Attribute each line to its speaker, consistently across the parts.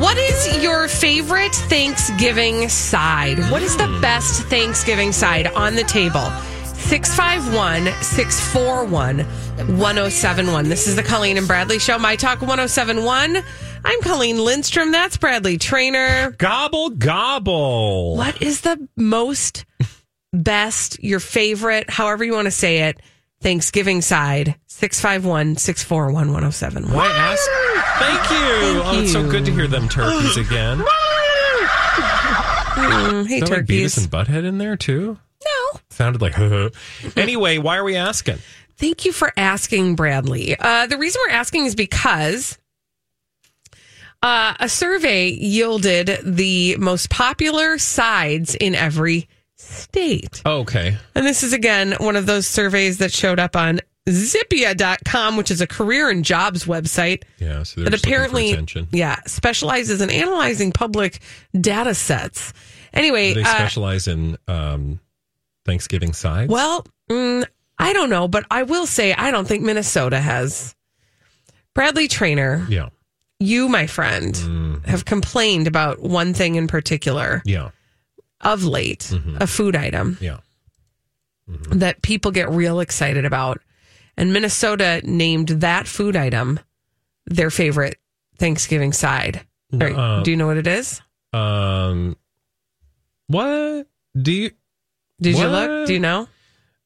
Speaker 1: What is your favorite Thanksgiving side? What is the best Thanksgiving side on the table? 651 641 1071. This is the Colleen and Bradley Show, My Talk 1071. I'm Colleen Lindstrom. That's Bradley Trainer.
Speaker 2: Gobble gobble.
Speaker 1: What is the most best, your favorite, however you want to say it, Thanksgiving side? 651 641 1071.
Speaker 2: Why ask? Thank you. oh, it's so good to hear them turkeys again.
Speaker 1: Mm, hey,
Speaker 2: Is that like Beavis
Speaker 1: turkeys.
Speaker 2: and Butthead in there too?
Speaker 1: No.
Speaker 2: Sounded like. anyway, why are we asking?
Speaker 1: Thank you for asking, Bradley. Uh, the reason we're asking is because uh, a survey yielded the most popular sides in every state.
Speaker 2: Okay.
Speaker 1: And this is, again, one of those surveys that showed up on Zippia.com, which is a career and jobs website
Speaker 2: Yeah. So
Speaker 1: that
Speaker 2: there's
Speaker 1: apparently
Speaker 2: attention.
Speaker 1: yeah, specializes in analyzing public data sets. Anyway,
Speaker 2: They
Speaker 1: uh,
Speaker 2: specialize in um, Thanksgiving sides.
Speaker 1: Well, mm, I don't know, but I will say I don't think Minnesota has. Bradley Trainer,
Speaker 2: Yeah.
Speaker 1: you, my friend, have complained about one thing in particular
Speaker 2: Yeah.
Speaker 1: of late, a food item
Speaker 2: Yeah.
Speaker 1: that people get real excited about. And Minnesota named that food item their favorite Thanksgiving side. Right.
Speaker 2: Nuh-uh.
Speaker 1: Do you know what it is?
Speaker 2: Um. What do you?
Speaker 1: Did you
Speaker 2: What?
Speaker 1: look? Do you know?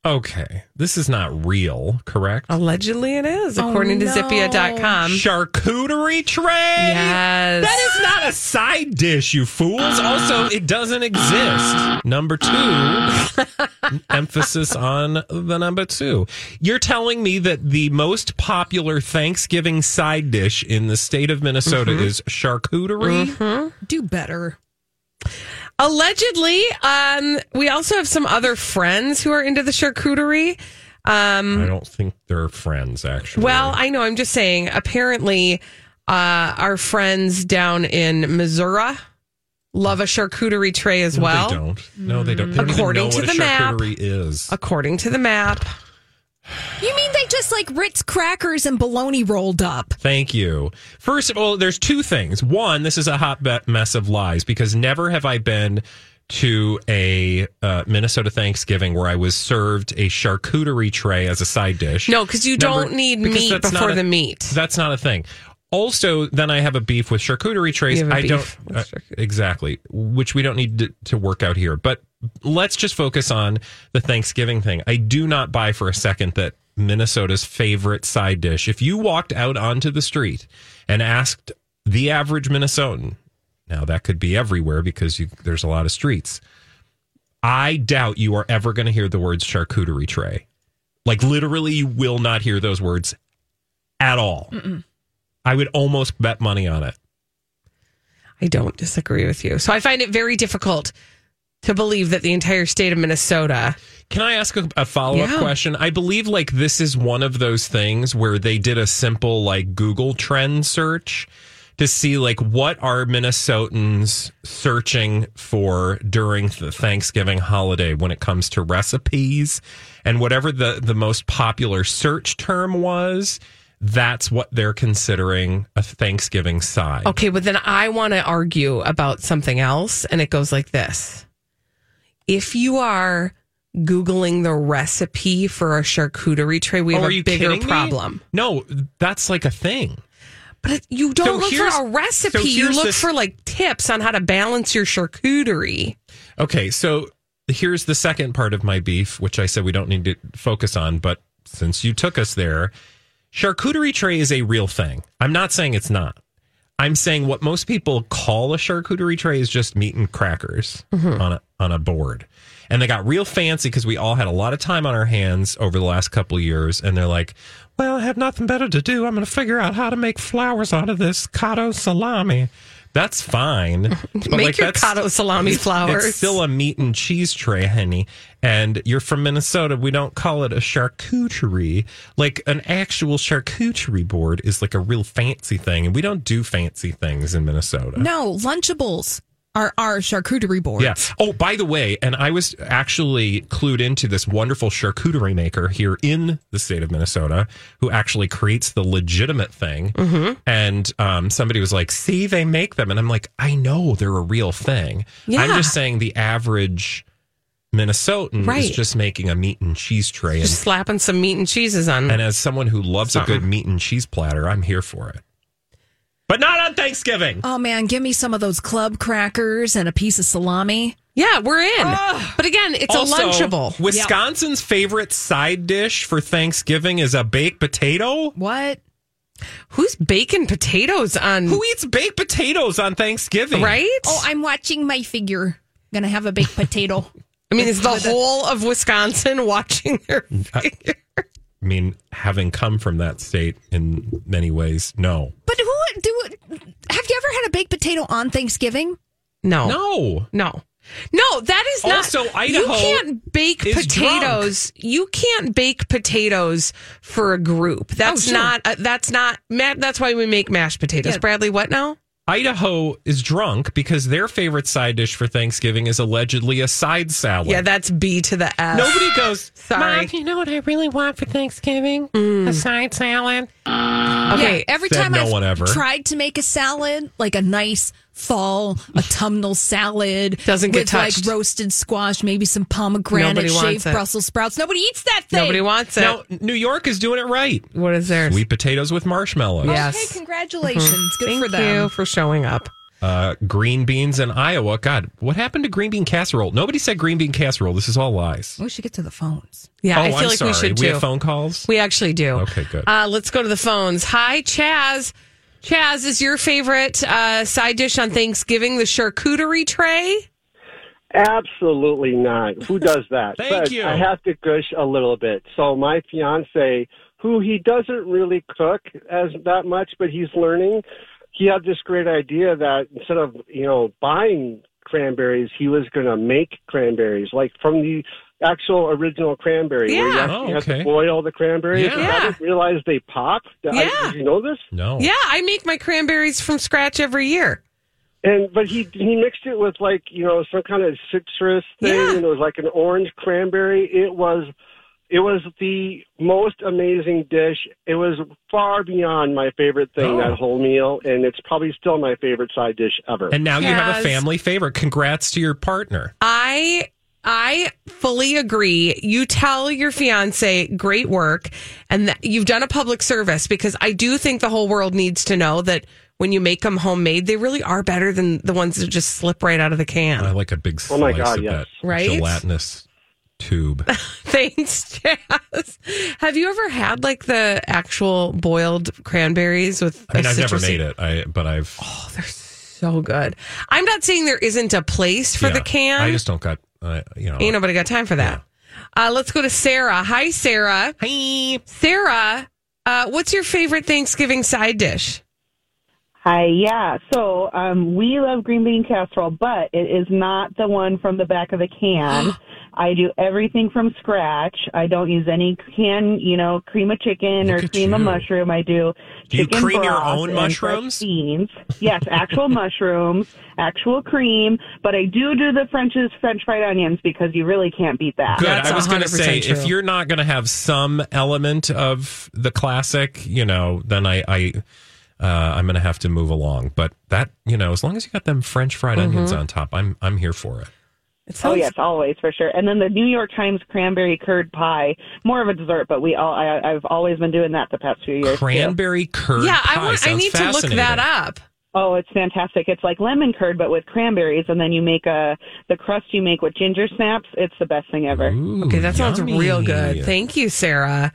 Speaker 2: Okay. This is not real, correct?
Speaker 1: Um, Allegedly it is, according to Zippia.com.
Speaker 2: Charcuterie tray.
Speaker 1: Yes.
Speaker 2: That is not a side dish, you fools. Also, it doesn't exist. Number two, emphasis on the number two. You're telling me that the most popular Thanksgiving side dish in the state of Minnesota
Speaker 1: Mm-hmm.
Speaker 2: is charcuterie?
Speaker 1: do better. Allegedly, um, we also have some other friends who are into the charcuterie.
Speaker 2: I don't think they're friends, actually.
Speaker 1: Well, I know. I'm just saying. Apparently, uh, our friends down in Missouri love a charcuterie tray as
Speaker 2: No,
Speaker 1: well.
Speaker 2: they don't. No, they don't. They don't
Speaker 1: According
Speaker 2: even know
Speaker 1: to
Speaker 2: what
Speaker 1: the
Speaker 2: a
Speaker 1: map-
Speaker 2: charcuterie is.
Speaker 1: According to the map,
Speaker 3: You mean they just like Ritz crackers and bologna rolled up?
Speaker 2: Thank you. First of all, there's two things. One, this is a hot be- mess of lies because never have I been to a uh, Minnesota Thanksgiving where I was served a charcuterie tray as a side dish.
Speaker 1: no, because you
Speaker 2: Number-
Speaker 1: don't need
Speaker 2: because
Speaker 1: meat
Speaker 2: that's not
Speaker 1: before
Speaker 2: a-
Speaker 1: the meat.
Speaker 2: That's not a thing. Also, then I have a beef with charcuterie trays.
Speaker 1: You have a
Speaker 2: I
Speaker 1: beef
Speaker 2: don't
Speaker 1: with
Speaker 2: uh,
Speaker 1: charcuterie.
Speaker 2: exactly, which we don't need to, to work out here. But let's just focus on the Thanksgiving thing. I do not buy for a second that Minnesota's favorite side dish. If you walked out onto the street and asked the average Minnesotan, now that could be everywhere because you, there's a lot of streets. I doubt you are ever going to hear the words charcuterie tray. Like literally, you will not hear those words at all. I would almost bet money on it.
Speaker 1: I don't disagree with you. So I find it very difficult to believe that the entire state of Minnesota.
Speaker 2: Can I ask a, a follow up
Speaker 1: Yeah.
Speaker 2: question? I believe like this is one of those things where they did a simple like Google trend search to see like what are Minnesotans searching for during the Thanksgiving holiday when it comes to recipes and whatever the the most popular search term was. That's what they're considering a Thanksgiving side.
Speaker 1: Okay, but then I want to argue about something else, and it goes like this. If you are Googling the recipe for a charcuterie tray, we
Speaker 2: Oh,
Speaker 1: have
Speaker 2: are
Speaker 1: a
Speaker 2: you
Speaker 1: bigger
Speaker 2: kidding me?
Speaker 1: problem.
Speaker 2: No, that's like a thing.
Speaker 1: But it- you don't look
Speaker 2: here's-
Speaker 1: for a recipe.
Speaker 2: so
Speaker 1: you
Speaker 2: here's
Speaker 1: look
Speaker 2: this-
Speaker 1: for like tips on how to balance your charcuterie.
Speaker 2: Okay, so here's the second part of my beef, which I said we don't need to focus on, but since you took us there, charcuterie tray is a real thing. I'm not saying it's not. I'm saying what most people call a charcuterie tray is just meat and crackers
Speaker 1: Mm-hmm.
Speaker 2: on a on a board. And they got real fancy because we all had a lot of time on our hands over the last couple of years, and they're like, "Well, I have nothing better to do. I'm going to figure out how to make flowers out of this cotto salami." That's fine, but
Speaker 1: Make your
Speaker 2: that's-
Speaker 1: cotto salami flowers.
Speaker 2: it's still a meat and cheese tray, honey. And you're from Minnesota. We don't call it a charcuterie. Like an actual charcuterie board is like a real fancy thing, and we don't do fancy things in Minnesota.
Speaker 3: No, Lunchables are our charcuterie boards.
Speaker 2: Yeah. Oh, by the way, and I was actually clued into this wonderful charcuterie maker here in the state of Minnesota who actually creates the legitimate thing.
Speaker 1: Mm-hmm.
Speaker 2: And um, somebody was like, see, they make them. And I'm like, I know they're a real thing. I'm
Speaker 1: Yeah.
Speaker 2: just saying the average Minnesotan
Speaker 1: Right.
Speaker 2: is just making a meat and cheese tray.
Speaker 1: Just
Speaker 2: And,
Speaker 1: slapping some meat and cheeses on.
Speaker 2: and as someone who loves a good
Speaker 1: Something.
Speaker 2: meat and cheese platter, I'm here for it. But not on Thanksgiving.
Speaker 3: Oh man, give me some of those club crackers and a piece of salami.
Speaker 1: Yeah, we're in. but again, it's a lunchable.
Speaker 2: Wisconsin's favorite side dish for Thanksgiving is a baked potato.
Speaker 3: What?
Speaker 1: Who's baking potatoes on?
Speaker 2: Who eats baked potatoes on Thanksgiving?
Speaker 1: right?
Speaker 3: Oh, I'm watching my figure. Gonna have a baked potato.
Speaker 1: I mean, is the whole of Wisconsin watching their?
Speaker 2: I mean, having come from that state in many ways, no.
Speaker 3: but who do? Have you ever had a baked potato on Thanksgiving?
Speaker 1: No,
Speaker 2: No.
Speaker 1: no, no. That is not.
Speaker 2: Also,
Speaker 1: you
Speaker 2: Idaho
Speaker 1: can't bake
Speaker 2: is
Speaker 1: potatoes. You can't bake potatoes for a group.
Speaker 2: Oh,
Speaker 1: That's
Speaker 3: sure.
Speaker 1: not. Uh, that's not. Ma- that's why we make mashed potatoes.
Speaker 3: Yeah.
Speaker 1: Bradley, what now?
Speaker 2: Idaho is drunk because their favorite side dish for Thanksgiving is allegedly a side salad.
Speaker 1: Yeah, that's B to the F.
Speaker 2: Nobody goes,
Speaker 1: Sorry. Mm.
Speaker 2: Mom, you know what I really want for Thanksgiving? A side salad.
Speaker 1: okay.
Speaker 3: Yeah, every
Speaker 2: Said
Speaker 3: time
Speaker 2: no
Speaker 3: I've
Speaker 2: one ever.
Speaker 3: tried to make a salad, like a nice fall autumnal salad,
Speaker 1: Doesn't get
Speaker 3: with
Speaker 1: touched.
Speaker 3: like roasted squash, maybe some pomegranate,
Speaker 1: Nobody wants
Speaker 3: shaved
Speaker 1: it.
Speaker 3: Brussels sprouts. Nobody eats that thing.
Speaker 1: Nobody wants it.
Speaker 2: Now, New York is doing it right.
Speaker 1: what is theirs?
Speaker 2: Sweet potatoes with marshmallows.
Speaker 1: Yeah.
Speaker 3: Okay,
Speaker 1: Yes. Mm-hmm.
Speaker 3: congratulations. Good
Speaker 1: Thank
Speaker 3: for them.
Speaker 1: you for showing up.
Speaker 2: uh, green beans in Iowa. God, what happened to green bean casserole? Nobody said green bean casserole. This is all lies.
Speaker 3: We should get to the phones.
Speaker 1: Yeah,
Speaker 2: oh,
Speaker 1: I feel
Speaker 2: am
Speaker 1: like
Speaker 2: sorry.
Speaker 1: we should
Speaker 2: we
Speaker 1: too.
Speaker 2: have phone calls.
Speaker 1: We actually do.
Speaker 2: Okay, good.
Speaker 1: Uh, let's go to the phones. Hi, Chaz. Chaz, is your favorite uh, side dish on Thanksgiving the charcuterie tray?
Speaker 4: Absolutely not. Who does that?
Speaker 2: Thank
Speaker 4: but
Speaker 2: you.
Speaker 4: I have to gush a little bit. So my fiance, who he doesn't really cook as that much, but he's learning. He had this great idea that instead of you know buying cranberries, he was going to make cranberries, like from the actual original cranberry. Where you
Speaker 1: Yeah.
Speaker 4: actually
Speaker 2: Oh,
Speaker 4: have
Speaker 2: okay.
Speaker 4: to boil the cranberries.
Speaker 2: Yeah.
Speaker 4: I didn't realize they pop. I-
Speaker 1: Yeah.
Speaker 4: did you know this?
Speaker 2: no.
Speaker 1: Yeah, I make my cranberries from scratch every year.
Speaker 4: And but he he mixed it with like you know some kind of citrus thing,
Speaker 1: Yeah.
Speaker 4: and it was like an orange cranberry. It was it was the most amazing dish. It was far beyond my favorite thing
Speaker 2: Oh.
Speaker 4: that whole meal, and it's probably still my favorite side dish ever.
Speaker 2: And now you have a
Speaker 1: Yes.
Speaker 2: family favorite. Congrats to your partner.
Speaker 1: I I fully agree. You tell your fiance great work and that you've done a public service because I do think the whole world needs to know that when you make them homemade, they really are better than the ones that just slip right out of the
Speaker 2: I
Speaker 1: can.
Speaker 2: like a big
Speaker 4: Oh
Speaker 2: slice
Speaker 4: my God,
Speaker 2: of
Speaker 4: yes.
Speaker 2: that
Speaker 1: Right?
Speaker 2: gelatinous tube.
Speaker 1: Thanks, Chaz. Have you ever had like the actual boiled cranberries with
Speaker 2: I mean,
Speaker 1: a
Speaker 2: I've never
Speaker 1: citrusy-
Speaker 2: made it, I but I've
Speaker 1: So good. I'm not saying there isn't a place for
Speaker 2: yeah.
Speaker 1: the can.
Speaker 2: I just don't got uh, you know.
Speaker 1: Ain't nobody got time for that. Uh, let's go to Sarah. Hi, Sarah.
Speaker 2: Hey.
Speaker 1: Sarah, uh, what's your favorite Thanksgiving side dish?
Speaker 5: Hi, yeah. So um, we love green bean casserole, but it is not the one from the back of the can. I do everything from scratch. I don't use any can, you know, cream of chicken
Speaker 2: Look
Speaker 5: or
Speaker 2: at
Speaker 5: cream of
Speaker 2: you.
Speaker 5: mushroom. I do.
Speaker 2: Do you
Speaker 5: chicken
Speaker 2: cream your
Speaker 5: broth
Speaker 2: own
Speaker 5: and fresh
Speaker 2: mushrooms?
Speaker 5: Beans. Yes, actual mushrooms, actual cream. But I do do the French's French fried onions because you really can't beat that.
Speaker 2: Good.
Speaker 1: That's
Speaker 2: I was going to
Speaker 1: 100%
Speaker 2: say, if
Speaker 1: true.
Speaker 2: you're not going to have some element of the classic, you know, then I, I uh, I'm going to have to
Speaker 1: Mm-hmm.
Speaker 2: move along. But that, you know, as long as you got them French fried onions on top, I'm, I'm here for it.
Speaker 1: It
Speaker 5: Oh
Speaker 1: sounds
Speaker 5: yes, always for sure. And then the New York Times cranberry curd pie, more of a dessert, but we all I, I've always been doing that the past few years. too.
Speaker 2: Cranberry curd.
Speaker 1: Yeah,
Speaker 2: pie
Speaker 1: I want. I
Speaker 2: Sounds
Speaker 1: need to look
Speaker 2: fascinating.
Speaker 1: that up.
Speaker 5: Oh, it's fantastic. It's like lemon curd, but with cranberries, and then you make a the crust you make with ginger snaps. It's the best thing ever.
Speaker 2: Ooh,
Speaker 1: Okay, that sounds
Speaker 2: Mm, yummy.
Speaker 1: real good. Thank you, Sarah.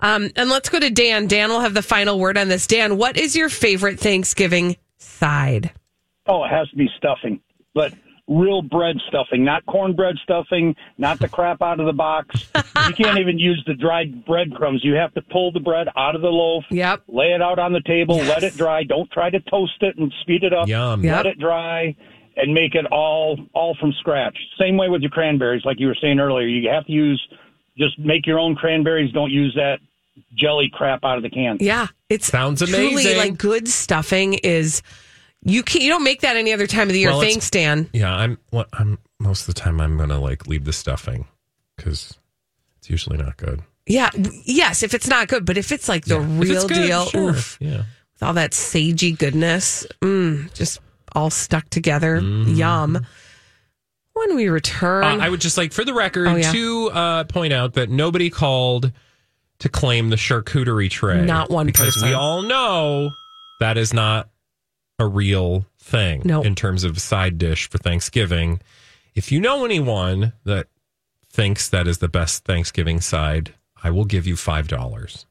Speaker 1: Um, and let's go to Dan. Dan will have the final word on this. Dan, what is your favorite Thanksgiving side?
Speaker 6: Oh, it has to be stuffing, but real bread stuffing, not cornbread stuffing, not the crap out of the box. you can't even use the dried breadcrumbs. You have to pull the bread out of the loaf,
Speaker 1: Yep.
Speaker 6: lay it out on the table, let it dry. Don't try to toast it and speed it up.
Speaker 2: Yum.
Speaker 1: Yep.
Speaker 6: Let it dry and make it all all from scratch. Same way with your cranberries, like you were saying earlier. You have to use just make your own cranberries. Don't use that jelly crap out of the can.
Speaker 1: Yeah, it's
Speaker 2: Sounds
Speaker 1: Truly,
Speaker 2: amazing.
Speaker 1: like good stuffing is. You can not you don't make that any other time of the year.
Speaker 2: Well, it's-
Speaker 1: Thanks, Dan.
Speaker 2: Yeah, I'm. What I'm most of the time, I'm gonna like leave the stuffing because it's usually not good.
Speaker 1: Yeah, w- yes. If it's not good, but if it's like the
Speaker 2: If it's
Speaker 1: real
Speaker 2: good,
Speaker 1: deal,
Speaker 2: sure.
Speaker 1: oof,
Speaker 2: Yeah.
Speaker 1: with all that sagey goodness, mm, just all stuck together, yum. When we return,
Speaker 2: Mm-hmm. Uh, I would just like, for the record,
Speaker 1: Oh, yeah.
Speaker 2: to uh, point out that nobody called to claim the charcuterie tray.
Speaker 1: Not one
Speaker 2: because
Speaker 1: person.
Speaker 2: we all know that is not a real thing
Speaker 1: No.
Speaker 2: in terms of side dish for Thanksgiving. If you know anyone that thinks that is the best Thanksgiving side, I will give you five dollars.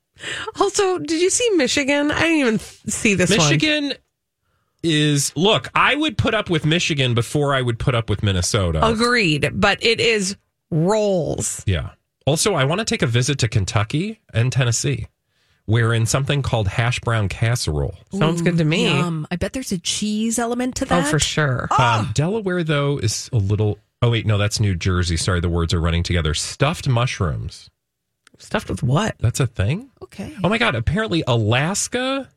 Speaker 1: Also, did you see Michigan? I didn't even see this one.
Speaker 2: Michigan is look. I would put up with Michigan before I would put up with Minnesota.
Speaker 1: Agreed, but it is rolls.
Speaker 2: Yeah. Also, I want to take a visit to Kentucky and Tennessee. We're in something called hash brown casserole.
Speaker 1: Sounds good to me.
Speaker 3: Yum. I bet there's a cheese element to
Speaker 1: Oh,
Speaker 3: that.
Speaker 1: for sure.
Speaker 2: Um, Delaware, though, is a little. Oh, wait, no, that's New Jersey. Sorry, the words are running together. Stuffed mushrooms.
Speaker 1: Stuffed with what?
Speaker 2: That's a thing?
Speaker 3: Okay.
Speaker 2: Oh, my God. Apparently, Alaska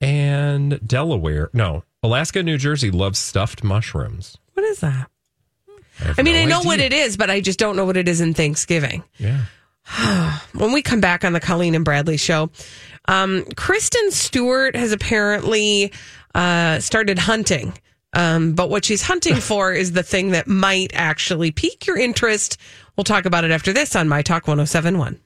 Speaker 2: and Delaware. No, Alaska and New Jersey love stuffed mushrooms.
Speaker 1: What is that?
Speaker 2: have
Speaker 1: I mean,
Speaker 2: no
Speaker 1: I know
Speaker 2: idea.
Speaker 1: what it is, but I just don't know what it is in Thanksgiving.
Speaker 2: Yeah.
Speaker 1: When we come back on the Colleen and Bradley show, um, Kristen Stewart has apparently uh, started hunting. Um, but what she's hunting for is the thing that might actually pique your interest. We'll talk oh about it after this on My Talk 1071.